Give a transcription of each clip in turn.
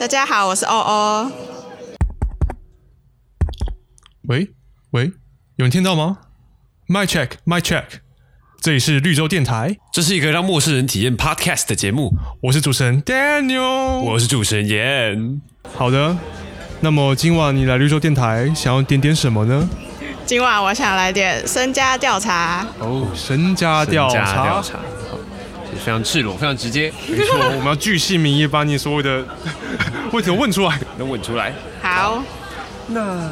大家好，我是哦欧欧。喂喂，有人听到吗？My check, my check，这里是绿洲电台，这是一个让陌生人体验 podcast 的节目，我是主持人 Daniel。我是主持人严。好的，那么今晚你来绿洲电台，想要点点什么呢？今晚我想来点身家调查，哦，身家调身家查，调查，好非常赤裸，非常 直接，没错，我们要巨细靡遗把你所有的 问题都问出来。能稳出来。好，那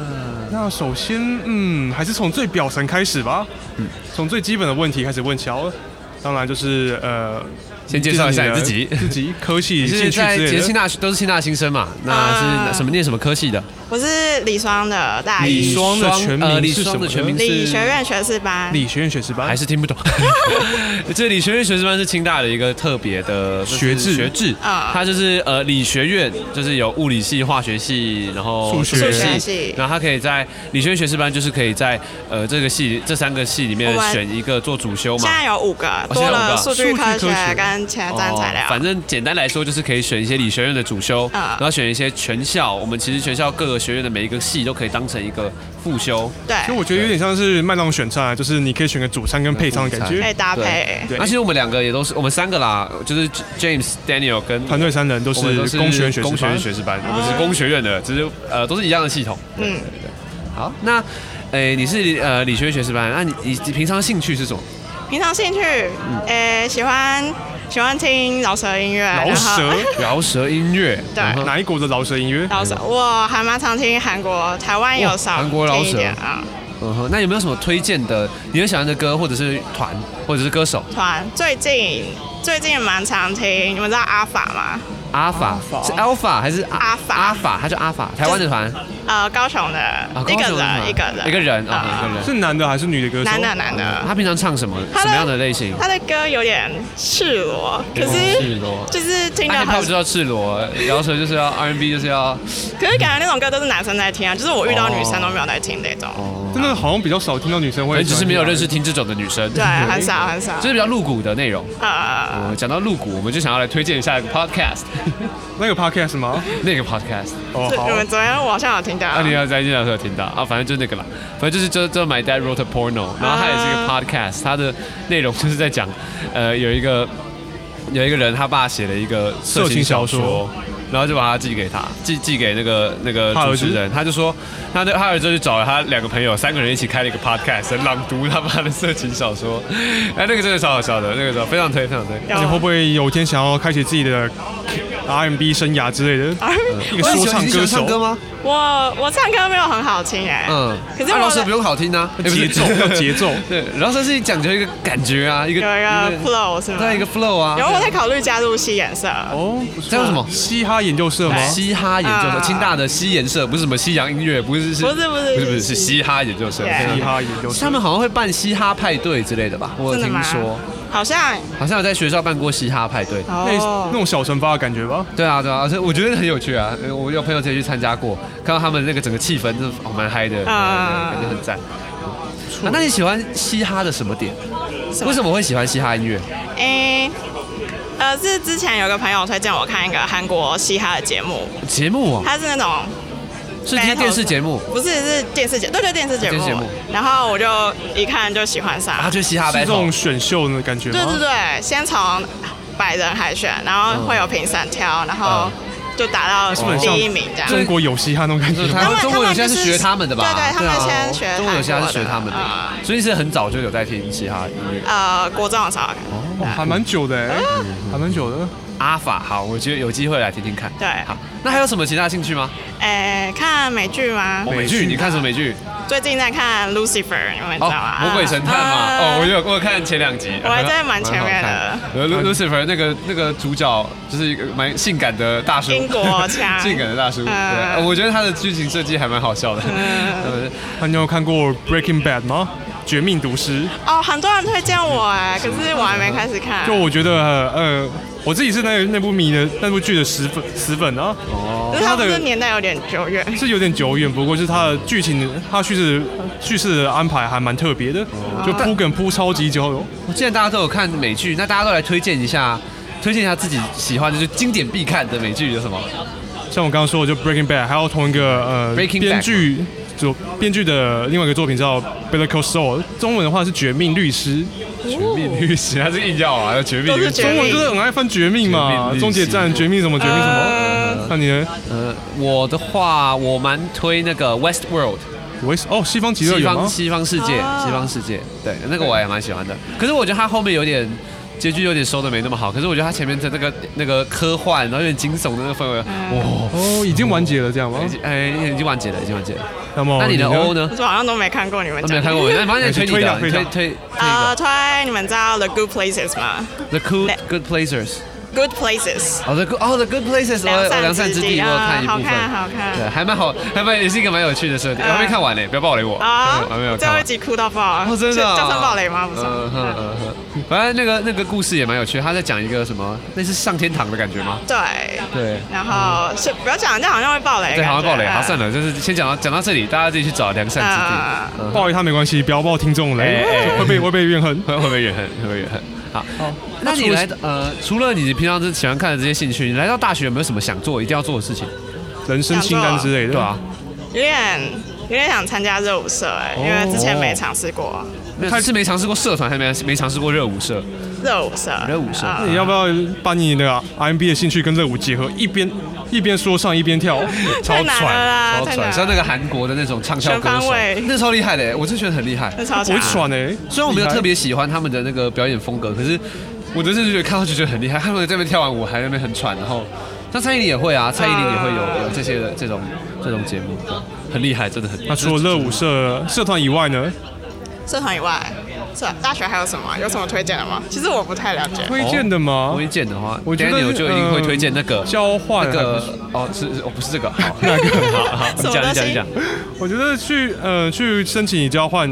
那首先，嗯，还是从最表层开始吧，从最基本的问题开始问起好了。当然就是呃，先介绍一下你自己自己科系、你兴趣是之在类其实清的。大都是清大新生嘛？那是啊哪什么念什么科系的？我是李双的大李一双的全名呃是李什双么的呢全名是理学院学士班，理学院学士班还是 听不懂。这理学院学士班是清大的一个特别的就是学制学制啊它就是呃理学院，就是有物理系、化学系，然后数数学学系然后它可以在理学院学士班，就是可以在呃这个系这三个系里面我们选一个做主修嘛现。在有五个，哦多了数现在有据五个科数据科学学跟前瞻材料。哦反正简单来说，就是可以选一些理学院的主修，啊然后选一些全校。我们其实全校各个学院的每一个系都可以当成一个副修，所以对，我觉得有点像是麦当劳选菜啊，就是你可以选个主餐跟配餐的感主可以觉。搭配。对那其实我们两个也都是，我们三个啦，就是 James、Daniel 跟团队三人都我们是工学院学士工学班院。学士班，我们是工学院的，只是呃都是一样的系统。嗯，好，那诶你是呃理学院学士班，那你你你平常兴趣是什么？平常兴趣，诶，喜欢喜欢听饶舌音乐，饶然后 舌， 饶舌音乐，对嗯哼哪一国的饶舌音乐？饶舌，我还蛮常听韩国、台湾有哇少韩国饶舌听一点啊。嗯哼，那有没有什么推荐的？你很喜欢的歌，或者是团，或者是歌手？团最近最近蛮常听，你们知道阿法吗？阿法是 Alpha 还是阿法阿法，他叫阿法，台湾的团，呃，高雄的、啊一高个雄的团人一个人一个人啊啊，一个人。哦是男的还是女的歌手？男的男的，他平常唱什么呃他什的么样的类型？他的歌有点赤裸，可是裸就是听着那他很不知，道赤裸，饶舌就是要 R&B 就是要可是感觉那种歌都是男生在听啊，就是我遇到女生都没有在听那种，哦，真的好像比较少听到啊女生会。哎只是没有认识。听这种的女生，对，很少很少就。是比较露骨的内容。呃，呃，讲到露骨，我们就想要来推荐一下一个 podcast，那个 podcast 吗？那个 podcast，哦，是好你。们昨天我好像有听到，二零二在电台的时候有听到啊，反正就是那个啦，反正就是就就 My Dad Wrote a Porno，然后它也是一个 podcast，它的内容就是在讲，呃，有一个有一个人他爸写了一个色情小色情小说。然后就把它寄给他，寄寄给那个那个他儿主子持人，他就说，他就他儿子就找了他两个朋友，三个人一起开了一个 podcast，朗读他爸的色情小说，哎，那个真的超好笑的，那个时候非常推，非常推。有那你会不会有一天想要开启自己的 R&B 生涯之类的？一个说唱歌手，吗？ 我我唱歌没有很好听哎，嗯，可是啊饶舌我不的用好听啊，哎不节是奏要节奏。 对，饶舌是讲究一个感觉啊，一个有一个 flow 是吗？对一个 flow 啊，然后我在考虑加入戏颜色，哦，不错这叫什么哎嘻哈研究社吗？嘻哈研究社，啊清大的西研社不是什么西洋音乐，不是是不是不是不是不是是嘻哈研究社，对嘻哈研究社他们好像会办嘻哈派对之类的吧？我真有的听吗说，好像好像有在学校办过嘻哈派对。那哦那，种小惩罚的感觉吧。对啊，对啊，而且我觉得很有趣啊！呃我有朋友直接去参加过，看到他们那个整个气氛，真的哦蛮嗨的，对对对啊感觉很赞。啊那你喜欢嘻哈的什么点？什么为什么会喜欢嘻哈音乐？诶、呃，是之前有个朋友推荐我看一个韩国嘻哈的节目，节目哦，它是那种是听电视节目，不是是电视节，对对电视节目。电视节目然后我就一看就喜欢上，啊，就嘻哈是这 battle 种。选秀的感觉对对吗？对，先从百人海选，然后会有评审挑，然后嗯就打到本第上一名这样。中国有嘻哈那种感觉就是吗。他们他们中国有些是学他们的吧？对对他们啊先学中国有些韩国是学的他们的啊，所以是很早就有在听嘻哈音乐。呃，国中的时候看，哦还蛮久的哎，还蛮久的。阿法，好，我觉得有机会来听听看。对好，那还有什么其他兴趣吗？诶、看美剧吗？美剧，你看什么美剧？最近在看 Lucifer，你们知道哦吗？，魔鬼神探嘛。啊哦，我有我有看前两集，我还在蛮前面的蛮好看。 呃，Lu- 嗯，Lucifer 那个那个主角就是一个蛮性感的大叔，英国腔 性感的大叔。对，嗯呃我觉得他的剧情设计还蛮好笑的。 呃那你有看过《Breaking Bad》吗？《绝命毒师》哦，很多人推荐我哎，可是我还没开始看。就我觉得呃，我自己是那那部迷的那部剧的死粉死粉啊，哦可是它不是年代有点久远， 是有点久远，不过就是它的剧情、它叙事叙事的安排还蛮特别的，哦就铺梗铺超级久哦。我既然大家都有看美剧，那大家都来推荐一下，推荐一下自己喜欢的，就是经典必看的美剧有什么？像我刚刚说的，就 Breaking Bad，还有同一个呃 Breaking Bad 编剧就编剧的另外一个作品叫 Better Call Saul，中文的话是《绝命律师》，绝命律师，他是硬要啊，要绝命律都是师绝。中文就是很爱翻《绝命》绝命嘛，律《师终结战》《绝命》什么《绝命》什么。那你呢？呃，我的话，我蛮推那个 West World，我哦，西方极乐西园方吗？西方世界，啊西方世界，对，那个我也蛮喜欢的。可是我觉得它后面有点结局有点收的没那么好，可是我觉得它前面的那个那个科幻，然后有点惊悚的那个氛围，嗯哇，哦，已经完结了这样吗已？经哎已经完结了，已经完结了。那么那哦你的 O 呢 我？说好像都没看过你们我讲。没有看过，那反正推你推的，推一下推推一呃，个推你们知道 The Good Places 吗 The Good 那 Good Places。 ？Good Places，哦，The Good 哦，The Good Places，我良善我良善之之地，地我有看一部啊分，好看好看对，还蛮好，还蛮也是一个蛮有趣的设定，我嗯还没看完呢，不要暴雷我，啊对我还没有，最看后一完。集哭到爆，哦，真的啊、叫声暴雷吗？不是嗯哼吗，嗯哼反正那个那个故事也蛮有趣，他在讲一个什么，那是上天堂的感觉吗？对。对。然后是不要讲，这样好像会爆雷。对，好像暴雷，啊好算了。了，就是先讲到讲到这里，大家自己去找良善之地。啊，爆一他没关系，不要爆听众雷哎哎，会被会被怨恨。 会会不会怨恨？会不会怨恨？好，哦那你来呃，除了你平常是喜欢看的这些兴趣，你来到大学有没有什么想做、一定要做的事情？人生清单之类的。对啊，，有点有点想参加热舞社哎，因为之前没尝试过没有是没尝试过社团，还没没尝试过热舞社。热舞社。热舞社啊那你要不要把你那个 RMB 的兴趣跟热舞结合，一边一边说唱一边 跳？太难了啦超太难喘，了像那个韩国的那种唱跳歌全手方位，那超厉害的，我真觉得很厉害。那嗯超我强会。喘哎、虽然我没有特别喜欢他们的那个表演风格，可是我真是觉得看上去觉得很厉害。他们在那边跳完舞还在那边很喘，然后像蔡依林也会啊，蔡依林也会有有这些的这种这种节目，对很厉害，真的很。那除了热舞社社团以外呢？社团以外，社大学还有什么？有什么推荐的吗？其实我不太了解。推荐的吗？推荐的话，我觉得 Daniel 就一定会嗯推荐那个交换那还不个错哦，是是哦，不是这个，好哪个好好，你讲你讲你讲，我觉得去呃去申请交换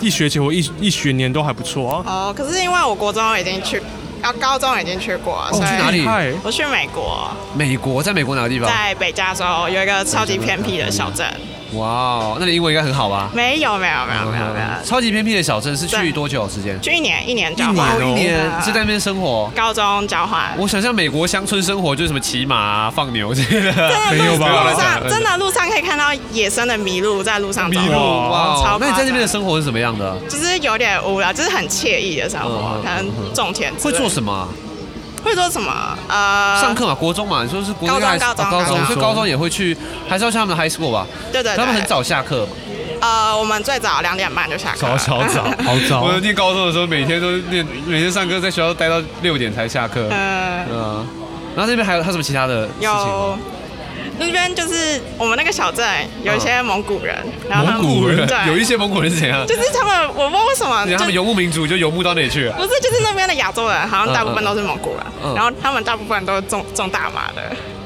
一学期或一一学年都还不错啊。哦，可是因为我国中已经去，啊，高中已经去过，所哦去哪以里嗨我去美国，美国，在美国哪个地方？在北加州有一个超级偏僻的小镇。哇哦，那你英文应该很好吧？没有，没有，没有，没有，没有。超级偏僻的小镇是去对多久时间？去一年，一年交一换，年哦一年啊是在那边生活。高中交换。我想象美国乡村生活就是什么骑马、啊、放牛之类的，没有真的吧路讲上真的路上可以看到野生的麋鹿在路上走麋鹿路，哇超哦！那你在那边候，的生活是什么样的？就是有点无聊，就是很惬意的生活嗯嗯嗯，可能种田之会类的。做什么啊？会做什么？呃，上课嘛，国中嘛，你说是国中高中还是高中哦高高中，中所以高中也会去，还是要去他们的 high school 吧？对对对他们很早下课嘛，呃，我们最早两点半就下课， 好早我念高中的时候，每天都念，每天上课在学校待到六点才下课。嗯，嗯，然后那边还有还有什么其他的事情吗？有那边就是我们那个小镇有一些蒙古人，然后他们蒙古人对，有一些嗯蒙古人是怎样？就是他们，我不知道为什么，你看他们就游牧民族就游牧到那里去了。不是就是那边的亚洲人，好像大部分都是蒙古人，嗯嗯然后他们大部分都是种种大麻的。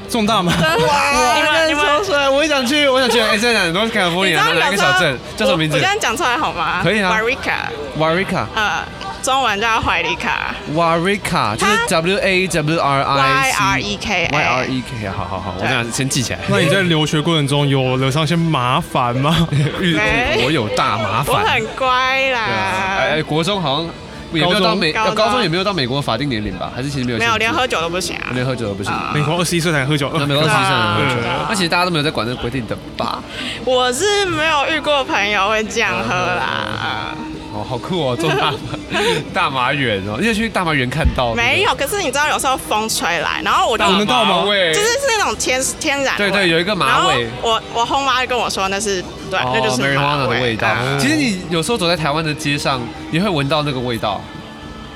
重大吗？哇啊你们你们超帅！我也想去，我也想去。哎，现在讲 North 你 California，知道哪个有时候小镇叫什么名字我我这样讲出来好吗？可以啊 w a r i k a ？Warika，呃，中文叫怀里卡 Warika，就是它 W A W R I ，Y C R E K Y R A。 E K，好好好，我对这样先记起来。 那你在留学过程中有惹上些麻烦吗？遇没我有大麻我烦。很乖对啊哎啦，哎，国中好像也没有到美，高中啊呃高中也没有到美国法定年龄吧？还是其实没有没限制？有连喝酒都不行啊。连喝酒都不行。啊美国二十一岁才喝酒，那没关系，对啊算了。对啊那其实大家都没有在管这个规定的吧？我是没有遇过朋友会这样喝啦，嗯哦，好酷哦，种大麻 大麻园哦，你有去大麻园看到？没有。哦可是你知道有时候风吹来，然后我就大麻哦能到吗味就是是那种天天然味对对有一个麻味。然后我我后妈就跟我说那是对，那就是哦 marijuana 麻的味道嗯啊。其实你有时候走在台湾的街上，你会闻到那个味道。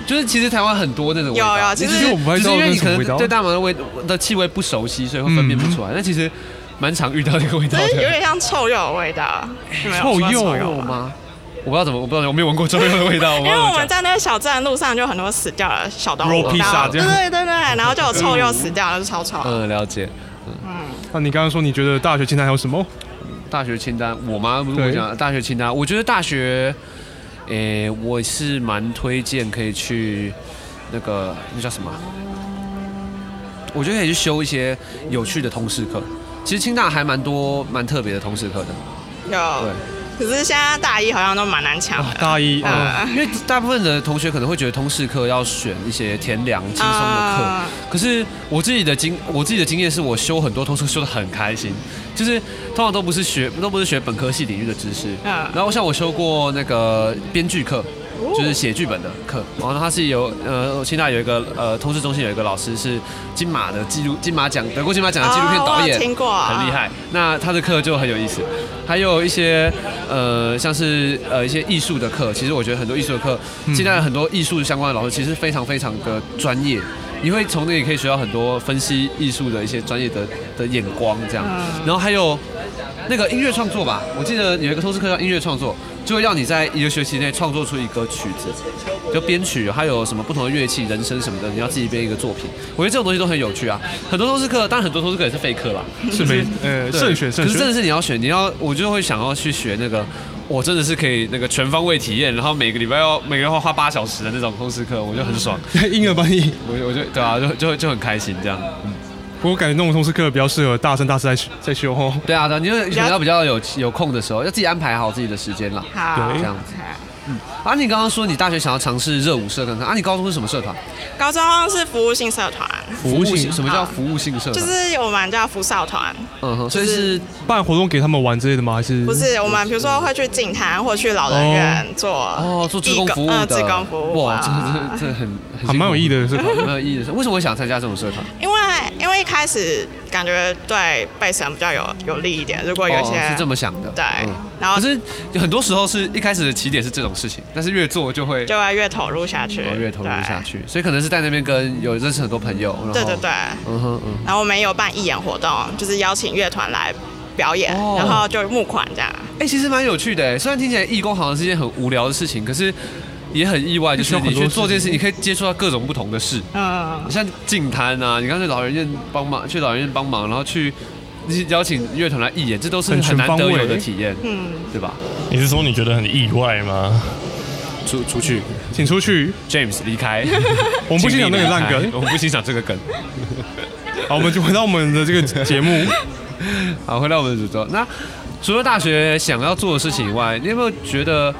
就是其实台湾很多那种味道，有有你其只实是我不太只知是道因为那你是可什么味道能对大麻的味的气味不熟悉，所以会分辨不出来。那其实蛮常遇到那个味道就是嗯有的。点像臭鼬的味 道。你们有吃过臭鼬臭鼬有吗？吗？我不知道怎么，我不知道我没有闻过周边的味道。我不啊因知为道我怎么们在讲那个小镇的路上就有很多死掉的小动物， Raw pizza 然后这对样对对对，然后就有臭鼬死掉，就是超臭。嗯了解。那你刚刚说你觉得大学清单还有什么？大学清单，我吗？不是我对讲的大学清单，我觉得大学，诶、我是蛮推荐可以去那个那叫什么啊？我觉得可以去修一些有趣的通识课。其实清大还蛮多蛮特别的通识课的，有对，可是现在大一好像都蛮难抢的。大一，哦嗯，嗯因为大部分的同学可能会觉得通识课要选一些田良轻松的课嗯，可是我自己的经我自己的经验是我修很多通识课修的很开心，就是通常都不是学都不是学本科系领域的知识，嗯然后像我修过那个编剧课。就是写剧本的课，然后他是有呃，清大有一个呃，通识中心有一个老师是金马的纪录金马奖德国金马奖的纪录片哦导我有演，听过很厉害。派那他的课就很有意思，还有一些呃，像是呃一些艺术的课，其实我觉得很多艺术的课，现在很多艺术相关的老师其实非常非常的专业，你会从那里可以学到很多分析艺术的一些专业的的眼光这样。然后还有那个音乐创作吧，我记得有一个通识课叫音乐创作，就会让你在一个学期内创作出一个曲子，就编曲，还有什么不同的乐器、人声什么的，你要自己编一个作品。我觉得这种东西都很有趣啊。很多通识课，当然很多通识课也是废课啦，是没，呃，对慎选慎可是真选的。是你要选，你要我就会想要去学那个，我真的是可以那个全方位体验，然后每个礼拜要每个人要花八小时的那种通识课，我就很爽，婴儿翻译，我我就对啊，就就就很开心这样。不过感觉那种通识课比较适合大三、大四在在修哦。对啊，对啊，你就是可能要比较有有空的时候，要自己安排好自己的时间啦。好对这，样子啊，你刚刚说你大学想要尝试热舞社看看啊，你高中是什么社团？高中是服务性社团，嗯服务性什么叫服务性社啊就团？是我们叫服少团，嗯哼，所以就是是办活动给他们玩之类的吗？还是不？是我们比如说会去景坛或去老人院做哦，做志工义服务呃的。志工服务哇，啊，这这这很还蛮有意义的社团蛮有意义的。为什么会想参加这种社团？因为因为一开始感觉对背神比较有有利一点，如果有一些、哦、是这么想的，对嗯然后可是很多时候是一开始的起点是这种事情，但是越做就会就会越投入下去，然后哦越投入对下。去，所以可能是在那边跟有认识很多朋友，然后对对对，嗯哼嗯。然后我们也有办义演活动，就是邀请乐团来表演，哦然后就募款这样。哎、其实蛮有趣的欸，虽然听起来义工好像是一件很无聊的事情，可是也很意外，就需是要你很多去做这件事事，情你可以接触到各种不同的事，嗯，像净滩啊，你刚才老人院帮忙，去老人院帮忙，然后去那些邀请乐团来义演，这都是很很全难方得有位的体验，嗯对吧？你是说你觉得很意外吗？出出去请出去， ，James 离开， 我们不欣赏那个烂 请你梗离开。我们不欣赏这个梗。好，我们就回到我们的这个节目。好，回到我们的主轴。那除了大学想要做的事情以外，你有没有觉得，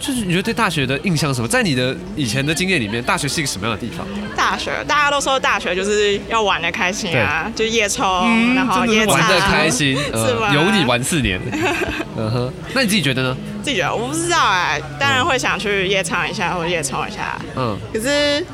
就是你觉得对大学的印象是什么？在你的以前的经验里面，大学是一个什么样的地方？大学大家都说大学就是要玩的开心啊，就夜冲，嗯然后哎夜场玩的开心，呃是吗？有你，玩 四年。嗯哼，那你自己觉得呢？自己觉得我不知道哎、当然会想去夜唱一下或者夜冲一下，嗯，可是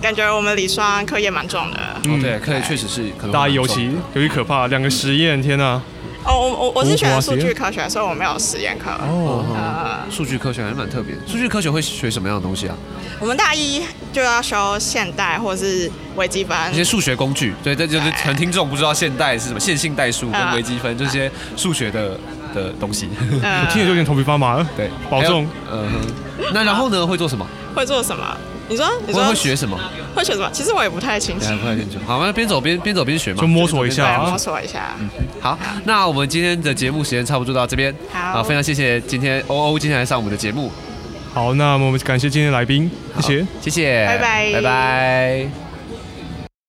感觉我们理双课业蛮重的。哦对，可以确实是可能会嗯大一尤蛮重其尤其可怕，两个实验，天哪！哦，我我我我是我要选实数据验科学，所以我没有实验呃课。啊嗯哦，哼数据科学还是蛮特别的。数据科学会学什么样的东西啊？我们大一就要修现代或是微积分，一些数学工具，对，这就是可能听众不知道现代是什么，线性代数跟嗯微积分这些数学的的东西。呃我听着就有点头皮发麻了。 对，嗯保重。还有。嗯哼，那然后呢？会做什么？会做什么？你说你会说会学什么？会学什么？其实我也不太清你楚还，不太清楚。好，那边走边边走边学嘛，就摸索一对下啊，摸索一下。好，那我们今天的节目时间差不多到这边。好啊非常谢谢今天欧欧今天来上我们的节目，好，那么我们感谢今天的来宾，谢谢。谢谢，拜拜拜拜。